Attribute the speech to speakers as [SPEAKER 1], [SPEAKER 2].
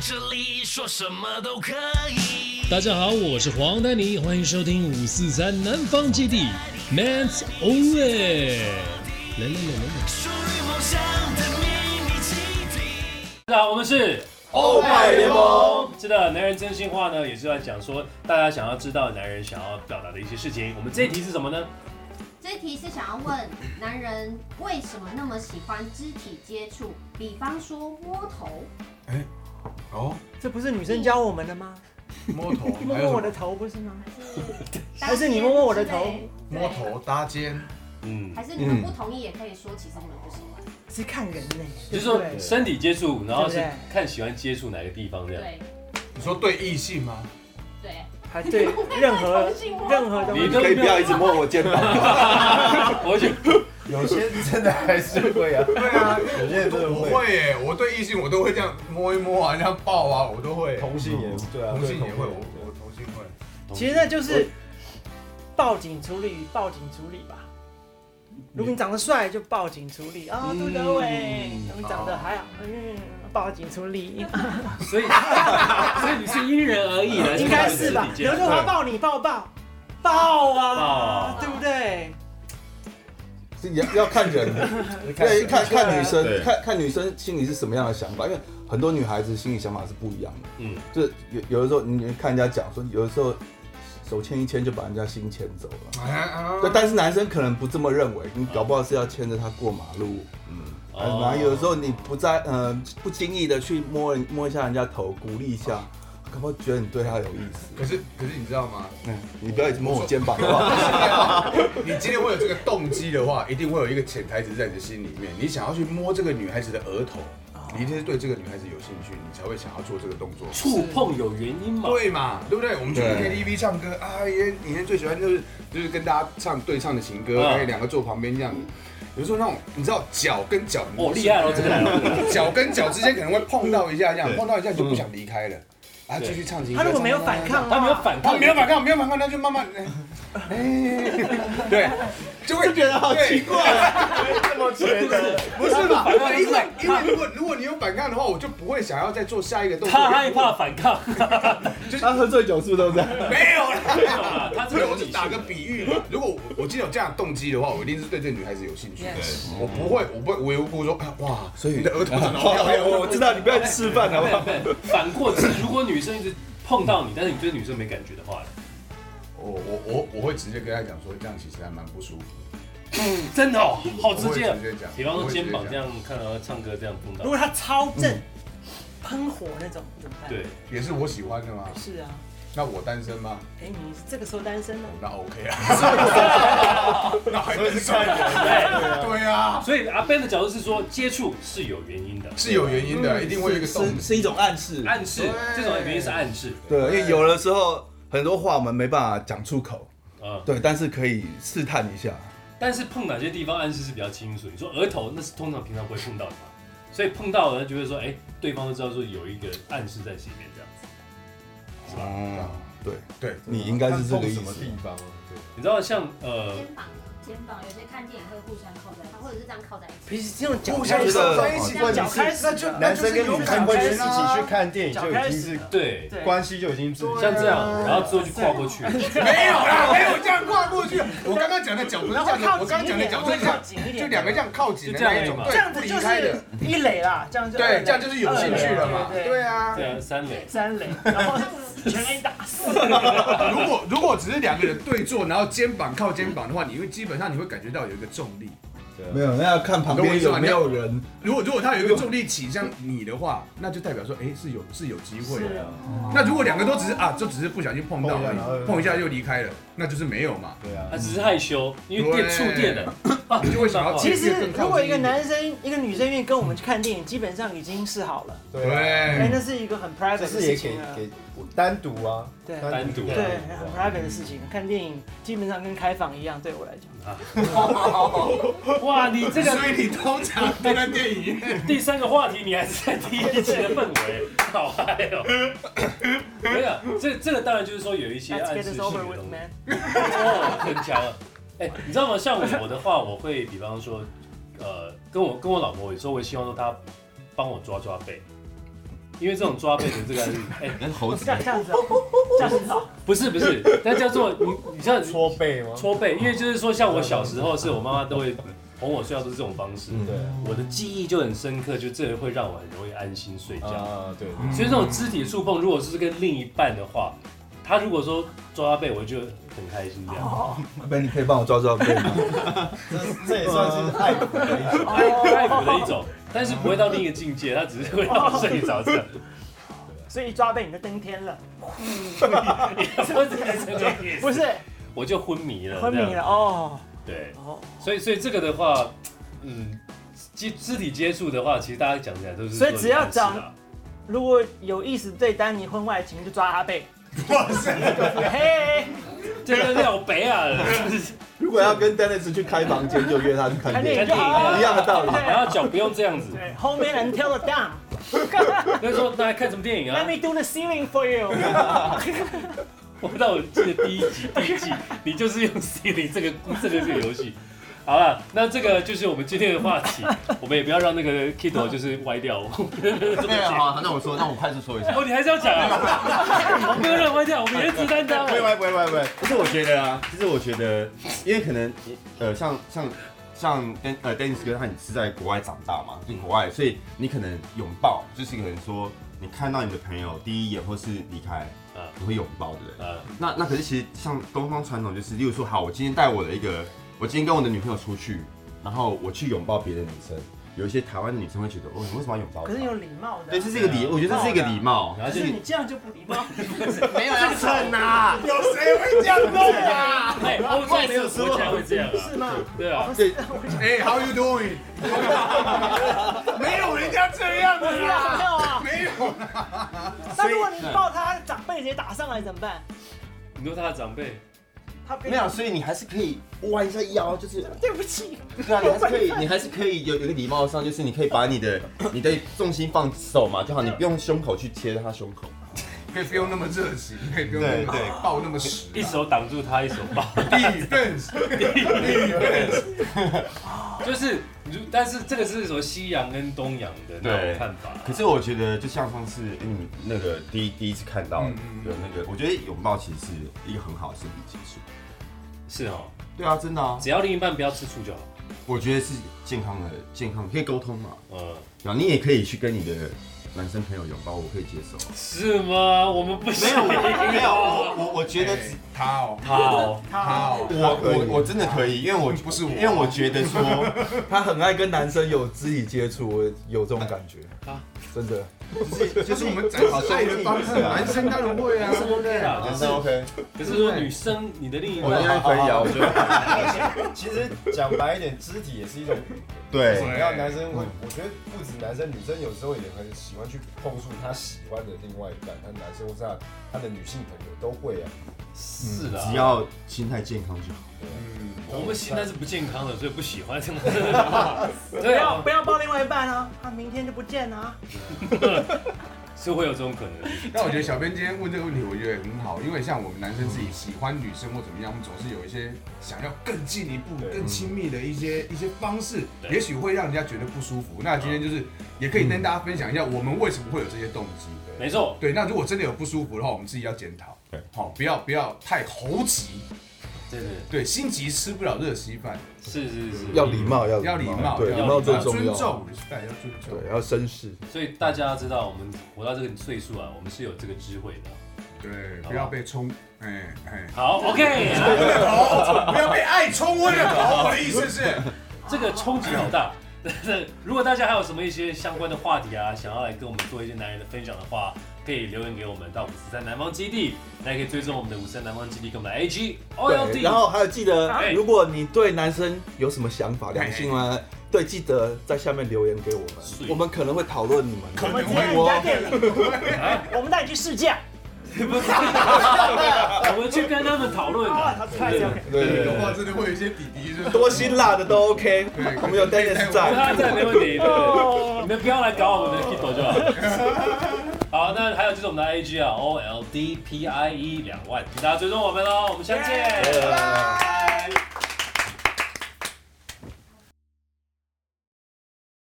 [SPEAKER 1] 这里说什么都可以。
[SPEAKER 2] 大家好，我是黄丹妮，欢迎收听五四三南方基地 Man's Only。来来来来来，
[SPEAKER 1] 属于梦想的秘密基地。
[SPEAKER 2] 大家好，我们是
[SPEAKER 3] 欧派联盟，
[SPEAKER 2] 是的，男人真心话呢，也是在讲说大家想要知道男人想要表达的一些事情。我们这一题是什么呢？
[SPEAKER 4] 这一题是想要问男人为什么那么喜欢肢体接触，比方说摸头。
[SPEAKER 3] 哦，
[SPEAKER 5] 这不是女生教我们的吗？
[SPEAKER 3] 摸头，
[SPEAKER 5] 摸
[SPEAKER 3] 还有什
[SPEAKER 5] 摸我
[SPEAKER 3] 么
[SPEAKER 5] 的头不是吗？
[SPEAKER 4] 还
[SPEAKER 5] 还是你摸摸我的头
[SPEAKER 3] 摸，头搭肩，
[SPEAKER 2] 嗯，
[SPEAKER 4] 还是你们不同意也可以说，其实你们不喜欢。
[SPEAKER 5] 是看人呢、
[SPEAKER 2] 就是
[SPEAKER 5] 对不
[SPEAKER 2] 说
[SPEAKER 5] 对
[SPEAKER 2] 身体接触，然后是
[SPEAKER 5] 对不对
[SPEAKER 2] 看喜欢接触哪个地方这样。
[SPEAKER 4] 对
[SPEAKER 3] 你说对异性吗？
[SPEAKER 4] 嗯对，
[SPEAKER 5] 还对任何任何东
[SPEAKER 2] 你
[SPEAKER 5] 西
[SPEAKER 2] 都
[SPEAKER 6] 可以不要一直摸我肩膀，
[SPEAKER 2] 我就
[SPEAKER 6] 有些真的还是会啊，
[SPEAKER 3] 对啊，
[SPEAKER 6] 有些人真的
[SPEAKER 3] 我
[SPEAKER 6] 会，
[SPEAKER 3] 会耶，我对异性我都会这样摸一摸啊，这样抱啊，我都会。
[SPEAKER 6] 同性也对啊，
[SPEAKER 3] 同性也
[SPEAKER 6] 对
[SPEAKER 3] 会，我我同性会。
[SPEAKER 5] 其实那就是报警处理，报警处理吧。如果你长得帅，就报警处理啊，杜德伟
[SPEAKER 2] 嗯；
[SPEAKER 5] 如果你长得还好，嗯，报警 处理，
[SPEAKER 2] 所以所以你是因人而异的，
[SPEAKER 5] 应该是吧
[SPEAKER 2] 还？是看身
[SPEAKER 5] 刘
[SPEAKER 2] 体接
[SPEAKER 5] 德
[SPEAKER 2] 触
[SPEAKER 5] 华抱你，抱抱，
[SPEAKER 2] 抱
[SPEAKER 5] 抱啊，
[SPEAKER 2] 哦
[SPEAKER 5] 对不对？
[SPEAKER 7] 是要要看 人，对，看看女生，看看女生心里是什么样的想法，因为很多女孩子心里想法是不一样的。
[SPEAKER 2] 嗯
[SPEAKER 7] 嗯，就是有有的时候你看人家讲说，有的时候手牵一牵就把人家心牵走了。
[SPEAKER 6] 哎
[SPEAKER 7] 对，但是男生可能不这么认为，你搞不好是要牵着她过马路，嗯
[SPEAKER 2] 哦
[SPEAKER 7] 然后有的时候你不在，呃，不经意的去摸人摸一下人家头，鼓励一下，搞不好觉得你对她有意
[SPEAKER 3] 可
[SPEAKER 7] 思。
[SPEAKER 3] 是可是你知道吗？
[SPEAKER 7] 嗯，你不要一直摸我肩膀好不好？
[SPEAKER 3] 你今天会有这个动机的话，一定会有一个潜台词在你的心里面。你想要去摸这个女孩子的额头，你一定是对这个女孩子有兴趣，你才会想要做这个动作。
[SPEAKER 2] 触碰有原因嘛？
[SPEAKER 3] 对嘛，对不对？我们去
[SPEAKER 7] 对
[SPEAKER 3] KTV 唱歌啊，也以前最喜欢就是就是跟大家唱对唱的情歌，
[SPEAKER 2] 嗯
[SPEAKER 3] 哎、两个坐旁边这样子。有时候那种你知道脚跟脚
[SPEAKER 2] 哦厉害哦 嗯这个来了这个来
[SPEAKER 3] 脚跟脚之间可能会碰到一下，这样
[SPEAKER 6] 对
[SPEAKER 3] 碰到一下就不想离开了，啊，继续唱情歌。
[SPEAKER 5] 他如果没有反抗的话，
[SPEAKER 2] 他没有反
[SPEAKER 3] 他
[SPEAKER 2] 抗，
[SPEAKER 3] 没有反抗，没有反抗，那就慢慢，哎， 哎对，就会觉得好奇怪，
[SPEAKER 2] 啊
[SPEAKER 3] 这么觉得，不是吧？因为因为如果如果你有反抗的话，我就不会想要再做下一个动作。
[SPEAKER 2] 他害怕反抗，
[SPEAKER 7] 他喝醉酒是不是都这样？
[SPEAKER 3] 没有啦，
[SPEAKER 2] 没有啦啊他这
[SPEAKER 3] 没
[SPEAKER 2] 个
[SPEAKER 3] 有，我只打个比喻 嘛。如果我我今天有这样的动机的话，我一定是对这个女孩子有兴趣的。我不会，我不会无缘无故说，啊哇，所以你的额 头长得好漂亮哦。
[SPEAKER 7] 我知道你不要吃饭好不好？
[SPEAKER 2] 对对反过是，如果女生一直碰到你，但是你对女生没感觉的话，
[SPEAKER 3] 我我我我会直接跟她讲说，这样其实还蛮不舒服的。
[SPEAKER 2] 真的哦，好直
[SPEAKER 3] 我会
[SPEAKER 2] 接
[SPEAKER 3] 直。接讲，
[SPEAKER 2] 比方说肩膀这
[SPEAKER 3] 我
[SPEAKER 2] 样看到唱歌这样碰
[SPEAKER 5] 如
[SPEAKER 2] 到，
[SPEAKER 5] 果他超正，喷火那种怎么
[SPEAKER 2] 嗯
[SPEAKER 5] 办？
[SPEAKER 2] 对，
[SPEAKER 3] 会直接讲，也是我喜欢的嘛。
[SPEAKER 5] 是啊，
[SPEAKER 3] 那我单身吗？
[SPEAKER 5] 哎，你这个时候单身呢？
[SPEAKER 3] 那 OK 啊。 那还是看人。
[SPEAKER 2] 对。
[SPEAKER 3] 对啊，
[SPEAKER 2] 所以阿 Ben 的角度是说，接触是有原因的，
[SPEAKER 3] 是有原因的， 一定会有一个动
[SPEAKER 7] 嗯是是一种暗示，
[SPEAKER 2] 暗示，这
[SPEAKER 3] 对
[SPEAKER 2] 种原因是暗示，
[SPEAKER 7] 对，因为有的时候很多话我们没办法讲出口，
[SPEAKER 2] 嗯，
[SPEAKER 7] 对，但是可以试探一下。
[SPEAKER 2] 但是碰哪些地方暗示是比较清楚？你说额头，那是通常平常不会碰到的嘛，所以碰到了就会说，哎，对方都知道说有一个暗示在心里面这样子。
[SPEAKER 7] 哦，对，
[SPEAKER 3] 对，
[SPEAKER 7] 你应该是这个意
[SPEAKER 6] 看碰什么
[SPEAKER 7] 思。
[SPEAKER 6] 地方啊？
[SPEAKER 2] 你知道像呃，
[SPEAKER 4] 肩膀肩膀有些看电影会互相靠在一起，或者是这样靠在一起。
[SPEAKER 5] 平时这种脚
[SPEAKER 3] 互
[SPEAKER 5] 开
[SPEAKER 3] 相
[SPEAKER 5] 始
[SPEAKER 3] 手
[SPEAKER 7] 手
[SPEAKER 3] 在
[SPEAKER 7] 在
[SPEAKER 3] 一
[SPEAKER 7] 一
[SPEAKER 3] 起
[SPEAKER 6] 起，
[SPEAKER 5] 脚开始
[SPEAKER 3] 那就
[SPEAKER 6] 男生跟女生会一起去看电影，
[SPEAKER 5] 脚
[SPEAKER 6] 就
[SPEAKER 5] 开
[SPEAKER 6] 已经
[SPEAKER 5] 始
[SPEAKER 6] 是
[SPEAKER 5] 了
[SPEAKER 2] 对，
[SPEAKER 5] 对，
[SPEAKER 6] 关系就已经是
[SPEAKER 2] 像这样，然后之后就跨过去，
[SPEAKER 3] 没有啦，没有这样跨过去。我刚刚讲的脚不是这
[SPEAKER 5] 然
[SPEAKER 3] 样
[SPEAKER 5] 后
[SPEAKER 3] 的，
[SPEAKER 5] 靠
[SPEAKER 3] 我刚刚
[SPEAKER 5] 紧一
[SPEAKER 3] 讲的脚就
[SPEAKER 5] 点，然后
[SPEAKER 3] 是这
[SPEAKER 5] 靠
[SPEAKER 3] 样，
[SPEAKER 5] 紧一点，
[SPEAKER 3] 就两个这样靠紧的
[SPEAKER 2] 就这样
[SPEAKER 3] 那一种
[SPEAKER 2] 而已嘛，
[SPEAKER 3] 对
[SPEAKER 5] 这样
[SPEAKER 3] 不
[SPEAKER 5] 子
[SPEAKER 3] 离
[SPEAKER 5] 就
[SPEAKER 3] 开的
[SPEAKER 5] 是，一垒啦，这样就二
[SPEAKER 3] 对，
[SPEAKER 5] 垒
[SPEAKER 3] 这样就是有兴趣了嘛，
[SPEAKER 5] 二垒
[SPEAKER 3] 对啊
[SPEAKER 2] 这。样三垒，
[SPEAKER 5] 三垒，然后全垒打四，
[SPEAKER 3] 如果如果只是两个人对坐，然后肩膀靠肩膀的话，你会基本上你会感觉到有一个重力。
[SPEAKER 7] 没有，那要看旁边有没有人。
[SPEAKER 3] 如果如果他有一个重力倾向你的话，那就代表说，哎，是有是有机会
[SPEAKER 5] 是
[SPEAKER 3] 的。
[SPEAKER 5] 啊
[SPEAKER 3] 那如果两个都只是啊，就只是不小心碰到
[SPEAKER 6] 碰一下然
[SPEAKER 3] 而
[SPEAKER 6] 后
[SPEAKER 3] 已，碰一下就离开了，那就是没有嘛。
[SPEAKER 6] 对啊
[SPEAKER 2] 他，只是害羞，因为电
[SPEAKER 3] 对
[SPEAKER 2] 触电的，啊
[SPEAKER 3] 你就会想要
[SPEAKER 5] 其
[SPEAKER 3] 接
[SPEAKER 5] 实如果一个男生一个女生愿意跟我们去看电影，基本上已经是好了，
[SPEAKER 6] 对啊，
[SPEAKER 5] 哎，
[SPEAKER 3] 对
[SPEAKER 5] 那，是一个很 private
[SPEAKER 6] 这
[SPEAKER 5] 的
[SPEAKER 6] 是也
[SPEAKER 5] 事
[SPEAKER 6] 给
[SPEAKER 5] 情啊，
[SPEAKER 6] 给我单独啊，
[SPEAKER 5] 对
[SPEAKER 2] 单独啊
[SPEAKER 5] 对，很 private 的事情，看电影基本上跟开房一样，对我来讲。
[SPEAKER 2] 哇，你这个
[SPEAKER 3] 所以你通常都在电影院。
[SPEAKER 2] 第三个话题，你还是在第一期的氛围，好嗨哦！没有，这这个当然就是说有一些
[SPEAKER 5] Let's
[SPEAKER 2] 暗
[SPEAKER 5] get
[SPEAKER 2] 示
[SPEAKER 5] this
[SPEAKER 2] 性的东
[SPEAKER 5] over with,
[SPEAKER 2] 西，
[SPEAKER 5] man。
[SPEAKER 2] 哦，很强啊！哎，你知道吗？像我的话，我会比方说，呃，跟我跟我老婆有时候我也希望说她帮我抓抓背，因为这种抓背的这个案例，哎、
[SPEAKER 8] 那是猴子
[SPEAKER 5] 这，样这样子哦，这样子哦，
[SPEAKER 2] 不是不是，那叫做你你像
[SPEAKER 6] 搓背吗？
[SPEAKER 2] 搓
[SPEAKER 5] 嗯
[SPEAKER 2] 背，因为就是说，像我小时候是我妈妈都 会哄我睡觉，都是这种方式。
[SPEAKER 7] 嗯
[SPEAKER 6] 对
[SPEAKER 2] 我的记忆就很深刻，就这会让我很容易安心睡觉。
[SPEAKER 6] 啊，对，
[SPEAKER 2] 所以这种肢体触碰，如果是跟另一半的话，他如果说抓背，我就很开心这样。
[SPEAKER 7] 那边你可以帮我抓抓背吗？
[SPEAKER 6] 这这也算是爱抚的一种。
[SPEAKER 2] 爱抚的一种，但是不会到另一个境界，他只是会让我睡着这样。
[SPEAKER 5] 所以一抓被你就登天了，
[SPEAKER 2] 我只是这个意
[SPEAKER 5] 不
[SPEAKER 2] 思
[SPEAKER 5] 是
[SPEAKER 2] 我就昏迷了，
[SPEAKER 5] 昏迷
[SPEAKER 2] 这
[SPEAKER 5] 了
[SPEAKER 2] 样。
[SPEAKER 5] 哦
[SPEAKER 2] 对，
[SPEAKER 5] 哦，
[SPEAKER 2] 所以所以这个的话，嗯，肢肢体接触的话，其实大家讲起来都是
[SPEAKER 5] 所以
[SPEAKER 2] 做
[SPEAKER 5] 只要
[SPEAKER 2] 暗示
[SPEAKER 5] 长
[SPEAKER 2] 啦
[SPEAKER 5] 如果有意思对丹尼婚外情，就抓他背。哇塞！嘿，
[SPEAKER 2] 这个廖北啊，
[SPEAKER 7] 如果要跟 Dennis 去开房间，就约他去看
[SPEAKER 5] 看
[SPEAKER 7] 电
[SPEAKER 5] 电
[SPEAKER 7] 影
[SPEAKER 5] 影，就好了
[SPEAKER 7] 一样的道理。
[SPEAKER 2] 然后脚不用这样子，
[SPEAKER 5] 对，后面人 tell it down。
[SPEAKER 2] 那时候大家看什么电影
[SPEAKER 5] Let
[SPEAKER 2] 啊？
[SPEAKER 5] me do the ceiling for you。
[SPEAKER 2] 我到我记得第一集、第 一季，你就是用 Siri 这个这个这个游戏。好了，那这个就是我们今天的话 题，我们也不要让那个 Kiddo 就是歪掉。
[SPEAKER 8] 对啊，好，那我说，那我快速说一下。
[SPEAKER 2] 哦，你还是要讲啊？我 没有让你歪掉，我们也是担当
[SPEAKER 8] 不。会不会不会不会，可是我觉得啊，其实我觉得，因为可能呃，像像像 Den 呃 Dennis 哥他你是在国外长大嘛，在国外，所以你可能拥抱就是可能说你看到你的朋友第一眼或是离开
[SPEAKER 2] 嗯，
[SPEAKER 8] 你会拥抱，对不对？
[SPEAKER 2] 呃，
[SPEAKER 8] 那那可是其实像东方传统就是，例如说，好，我今天带我的一个，我今天跟我的女朋友出去，然后我去拥抱别的女生，有一些台湾的女生会觉得，哦，你为什么要拥抱我？
[SPEAKER 5] 可是有礼貌的。
[SPEAKER 8] 对，这是一个礼，我觉得这是一个礼貌。
[SPEAKER 2] 然后
[SPEAKER 5] 可
[SPEAKER 2] 就是
[SPEAKER 5] 你这样就不礼 貌。
[SPEAKER 8] 没有要蹭啊，
[SPEAKER 3] 有谁会这样弄啊？
[SPEAKER 2] 哎，欧洲没有国家会这样啊？
[SPEAKER 5] 是吗？
[SPEAKER 2] 对啊，
[SPEAKER 3] 哎，How you doing？没有人家这样的
[SPEAKER 5] 没有
[SPEAKER 3] 啦，
[SPEAKER 5] 啊。
[SPEAKER 3] 没有。
[SPEAKER 5] 那如果你抱他，长辈直接打上来怎么办？
[SPEAKER 2] 你说他的长辈，
[SPEAKER 5] 他被
[SPEAKER 8] 没有，所以你还是可以弯一下腰，就是
[SPEAKER 5] 对不起，
[SPEAKER 8] 对啊，你还是可以，你还是可以有有一个礼貌上，就是你可以把你的你的重心放手嘛就好，你不用胸口去贴他胸口。
[SPEAKER 3] 可以不用那么热情，可以不用那么
[SPEAKER 8] 对
[SPEAKER 3] 抱那么实。
[SPEAKER 2] 一手挡住他，一手抱。
[SPEAKER 3] defense defense，
[SPEAKER 2] 就是，如但是这个是什么西洋跟东洋的那种
[SPEAKER 8] 对
[SPEAKER 2] 看法。啊
[SPEAKER 8] 可是我觉得，就像上次你们那个第一第一次看到的
[SPEAKER 3] 嗯嗯嗯
[SPEAKER 8] 那个，我觉得拥抱其实是一个很好的身体接触。
[SPEAKER 2] 是哦，
[SPEAKER 8] 对啊，真的啊，
[SPEAKER 2] 只要另一半不要吃醋就好。
[SPEAKER 8] 我觉得是健康的，健康可以沟通嘛。
[SPEAKER 2] 嗯，
[SPEAKER 8] 然啊后你也可以去跟你的男生朋友拥抱，我可以接受。
[SPEAKER 2] 是吗？我们不行。
[SPEAKER 8] 没有，我我我觉得只
[SPEAKER 3] 他哦，
[SPEAKER 2] 他哦，
[SPEAKER 3] 他哦，
[SPEAKER 8] 我我我真的可以，因为哎我
[SPEAKER 3] 不是我
[SPEAKER 8] 因为我觉得 说，
[SPEAKER 7] 他很爱跟男生有肢体接触，我有这种感觉
[SPEAKER 2] 啊
[SPEAKER 7] 真的。
[SPEAKER 3] 这是我们展示爱的方式，男生当然会啊，对不对？
[SPEAKER 2] 啊
[SPEAKER 8] 男生 OK，
[SPEAKER 2] 可是说女生，你的另一
[SPEAKER 8] 我
[SPEAKER 2] 半，
[SPEAKER 8] 应该可以啊，我觉得
[SPEAKER 6] 其实讲白一点，肢体也是一种为什
[SPEAKER 8] 对
[SPEAKER 6] 么要男生会？我觉得不止男生，女生有时候也很喜欢去碰触他喜欢的另外一半，他男生或是他他的女性朋友都会啊。
[SPEAKER 2] 是
[SPEAKER 8] 嗯只
[SPEAKER 2] 啊。
[SPEAKER 8] 要心态健康就好。
[SPEAKER 2] 我们现在是不健康的，所以不喜 欢这种。
[SPEAKER 5] 不
[SPEAKER 2] 对
[SPEAKER 5] 要
[SPEAKER 2] 啊，
[SPEAKER 5] 不要抱另外一半啊，他明天就不见了啊。
[SPEAKER 2] 是会有这种可能。
[SPEAKER 3] 但我觉得小编今天问这个问题，我觉得很好，因为像我们男生自己喜欢女生或怎么样，我们总是有一些想要更进一步、更亲密的一些一些方式，
[SPEAKER 2] 对
[SPEAKER 3] 也许会让人家觉得不舒服。那今天就是也可以跟大家分享一下，我们为什么会有这些动机。
[SPEAKER 2] 没错，
[SPEAKER 3] 对，那如果真的有不舒服的话，我们自己要检讨
[SPEAKER 8] 对，
[SPEAKER 3] 好，不要不要太猴急，
[SPEAKER 2] 对对，
[SPEAKER 3] 对，心急吃不了热稀饭，
[SPEAKER 2] 是是是。
[SPEAKER 7] 要礼。貌，要
[SPEAKER 3] 要礼貌，
[SPEAKER 7] 对，
[SPEAKER 3] 要礼
[SPEAKER 7] 礼貌
[SPEAKER 3] 貌
[SPEAKER 7] 最重
[SPEAKER 3] 尊
[SPEAKER 7] 要。
[SPEAKER 3] 重，respect，要尊重，
[SPEAKER 7] 对，要绅士。
[SPEAKER 2] 所以大家要知道，我们活到这个岁数啊，我们是有这个智慧的。
[SPEAKER 3] 对，不要被冲，哎哎，
[SPEAKER 2] 好，OK，
[SPEAKER 3] 头， 不要被爱冲昏了头，我的意思是，
[SPEAKER 2] 这个冲击好大。 但是如果大家还有什么一些相关的话题啊，想要来跟我们做一些男人的分享的话，可以留言给我们到五十三南方基地，大家可以追踪我们的五十三南方基地跟我们的 AG O L
[SPEAKER 7] 对，
[SPEAKER 2] D。
[SPEAKER 7] 然后还有记得
[SPEAKER 2] 哦哎，
[SPEAKER 7] 如果你对男生有什么想法，两性啊，对，记得在下面留言给我
[SPEAKER 2] 是
[SPEAKER 7] 们，我们可能会讨论你们。
[SPEAKER 5] 我们直接人哎家店里， 我们带你去试驾。
[SPEAKER 2] 不是，我们去跟他们讨论
[SPEAKER 5] 啊，
[SPEAKER 2] 的
[SPEAKER 5] 他。太这样。
[SPEAKER 7] 对对
[SPEAKER 3] 的
[SPEAKER 7] 对，
[SPEAKER 3] 话真的会有一些弟弟是
[SPEAKER 7] 多辛辣的都 OK，我们有 Dennis
[SPEAKER 2] 有他
[SPEAKER 7] 在。
[SPEAKER 2] 在没问题，对不对？
[SPEAKER 5] 哦
[SPEAKER 2] 你们不要来搞我们的 Kito 就好。好，那还有就是我们的 AG 啊，O L D P I E 两万，请大家追踪我们喽，我们相见。
[SPEAKER 7] 呃